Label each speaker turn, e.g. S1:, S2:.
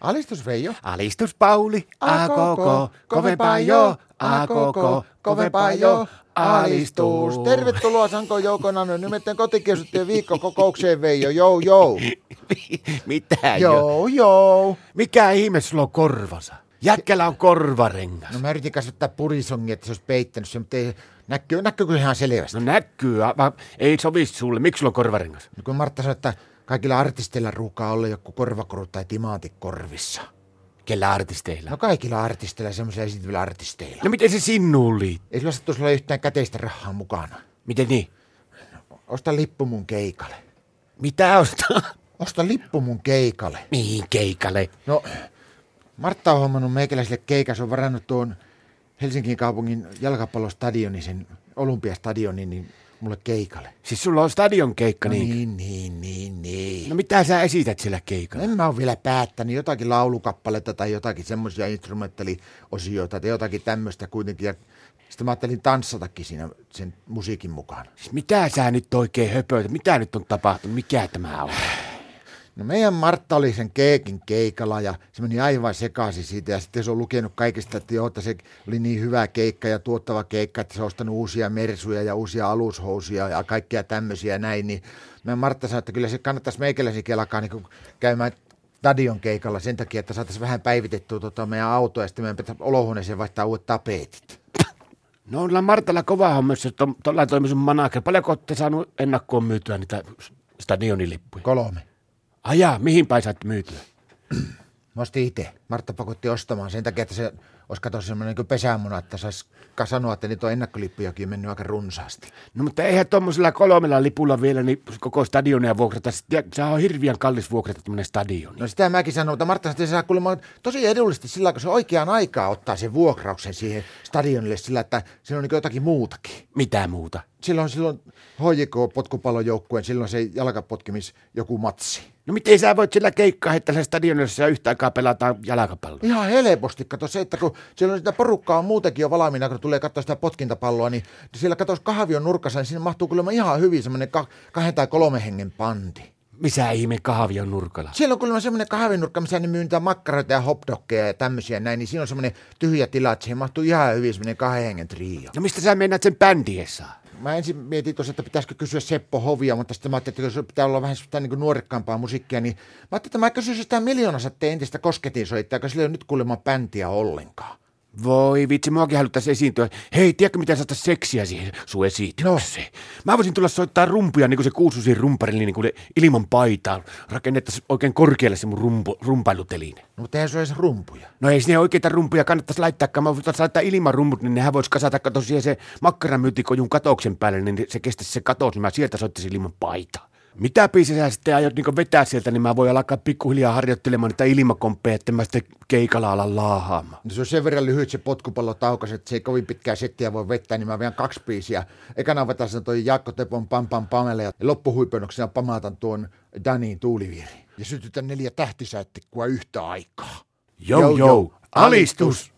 S1: Alistus Veijo.
S2: Alistus Pauli, a koko, kovempaa jo, a koko, kovempaa jo, alistus.
S1: Tervetuloa Sanko Joukona nyt nimetten kotikiusattujen viikkokokoukseen Veijo, jou jou.
S2: Mitä jo?
S1: Jou jou.
S2: Mikä ihme sulla on korvansa? Jätkällä on korvarengas.
S1: No mä yritin kasvattaa purisongia, että se olisi peittänyt sen, mutta ei, näkyy, näkyykö se ihan selvästi?
S2: No näkyy, a- vaan ei sovi sulle. Miksi sulla on korvarengas?
S1: No, kun Martta sanoi, että kaikilla artisteilla ruukaa olla joku korvakoru tai timantit korvissa.
S2: Kellä artisteilla?
S1: No kaikilla artisteilla, semmoisilla esiintyvillä artisteilla.
S2: No miten se sinuun liittyy?
S1: Ei sulla sattu sulla yhtään käteistä rahaa mukana.
S2: Miten niin?
S1: Osta lippu mun keikalle.
S2: Mitä ostaa?
S1: Osta lippu mun keikalle.
S2: Mihin keikalle?
S1: No, Martta on hommannut meikäläiselle keikas, on varannut tuon Helsingin kaupungin jalkapallostadionin, sen olympiastadionin, niin mulle keikalle.
S2: Siis sulla on stadion keikka,
S1: No
S2: niin?
S1: niin, niin, niin, niin.
S2: No mitä sä esität sillä keikalla?
S1: En mä ole vielä päättänyt jotakin laulukappaletta tai jotakin semmoisia instrumenttaaliosioita tai jotakin tämmöistä kuitenkin. Ja sitten mä ajattelin tanssatakin siinä sen musiikin mukaan.
S2: Siis mitä sä nyt oikein höpötät? Mitä nyt on tapahtunut? Mikä tämä on?
S1: No meidän Martta oli sen keekin keikalla ja se meni aivan sekaisin siitä ja sitten se on lukenut kaikista, että joo, että se oli niin hyvä keikka ja tuottava keikka, että se on ostanut uusia mersuja ja uusia alushousia ja kaikkea tämmöisiä näin, niin mä Martta sanoi, että kyllä se kannattaisi meikäläisenkin alkaa niin käymään stadion keikalla sen takia, että saataisiin vähän päivitettyä tota meidän autoa ja sitten meidän pitää olohuoneeseen vaihtaa uudet tapetit.
S2: No ollaan Martalla kova homma, jos tuolla toimi sun manager. Paljonko olette saanut ennakkoon myytyä niitä stadionilippuja?
S1: Kolme.
S2: Ajaa, mihin päin saatte myytyä?
S1: Mä ostin itse. Martta pakotti ostamaan sen takia, että se olisi kato semmoinen niin pesämuna, että saisi ka- sanoa, että niitä on ennakkolippujakin mennyt aika runsaasti.
S2: No mutta eihän tuommoisella kolmella lipulla vielä niin koko stadionia vuokrata. Sitten Sehän on hirviän kallis vuokrata tämmöinen stadion.
S1: No sitä mäkin sanon, mutta Martta sanoi, että se saa kuulemma tosi edullisesti sillä, kun se oikeaan aikaan ottaa sen vuokrauksen siihen stadionille sillä, että siinä on niin jotakin muutakin.
S2: Mitä muuta?
S1: Silloin, silloin HJK-potkupallojoukkueen, silloin se jalkapotkimis joku matsi.
S2: No miten sä voit sillä keikkaa heittää sillä stadionilla, jossa yhtä aikaa pelataan jalkapalloa?
S1: Ihan helposti, kato se, että kun siellä on sitä porukkaa on muutenkin jo valmiina, kun tulee katsoa sitä potkintapalloa, niin siellä katos kahvion nurkassa, niin sinne mahtuu kyllä ihan hyvin semmoinen ka- kahden tai kolmen hengen panti.
S2: Missä ihme kahvi on nurkalla?
S1: Siellä on kyllä semmoinen kahvinurkka, missä ne myy niitä makkaroita ja hotdoggeja ja tämmöisiä näin, niin siinä on semmoinen tyhjä tila, että siihen mahtuu ihan hyvin semmoinen kahden hengen trio.
S2: No mistä sä meinaat sen bändien saa?
S1: Mä ensin mietin tuossa, että pitäisikö kysyä Seppo Hovia, mutta sitten mä ajattelin, että jos pitää olla vähän sitä niin nuorekkaampaa musiikkia, niin mä ajattelin, että mä kysyisin sitä miljoonasatte entistä kosketin soittaa, koska sillä ei ole nyt kuulemma bäntiä ollenkaan.
S2: Voi vitsi, muakin haluttaisiin esiintyä. Hei, tiedätkö mitä saata seksiä siihen sun esitykseen? No. Mä voisin tulla soittaa rumpuja niin kuin se kuususin rumparillinen niin kuin ne ilman paitaa. Rakennettaisiin oikein korkealle se mun rumpu, rumpailuteline.
S1: No, mutta eihän se ole edes rumpuja.
S2: No ei sinne oikeita rumpuja kannattaisi laittaakaan. Mä voisin laittaa ilman rumput, niin nehän voisi kasata kato siihen se makkaramyytikojun katoksen päälle, niin se kestäisi se katos, niin mä sieltä soittaisin ilman paitaa. Mitä biisejä sä sitten aiot niin vetää sieltä, niin mä voin alkaa pikkuhiljaa harjoittelemaan niitä ilmakomppeja, että mä sitten keikalla alan laahaamaan.
S1: No se on sen verran lyhyt se potkupallotaukas, että se ei kovin pitkää settiä voi vettää, niin mä veän kaksi biisiä. Ekana vetäisin toi Jaakko Tepon Pam Pam Pamela ja loppuhuipennuksena pamaatan tuon Daniin tuuliviiri. Ja sytytän neljä tähtisäyttikkua yhtä aikaa.
S2: Jou, jou, alistus!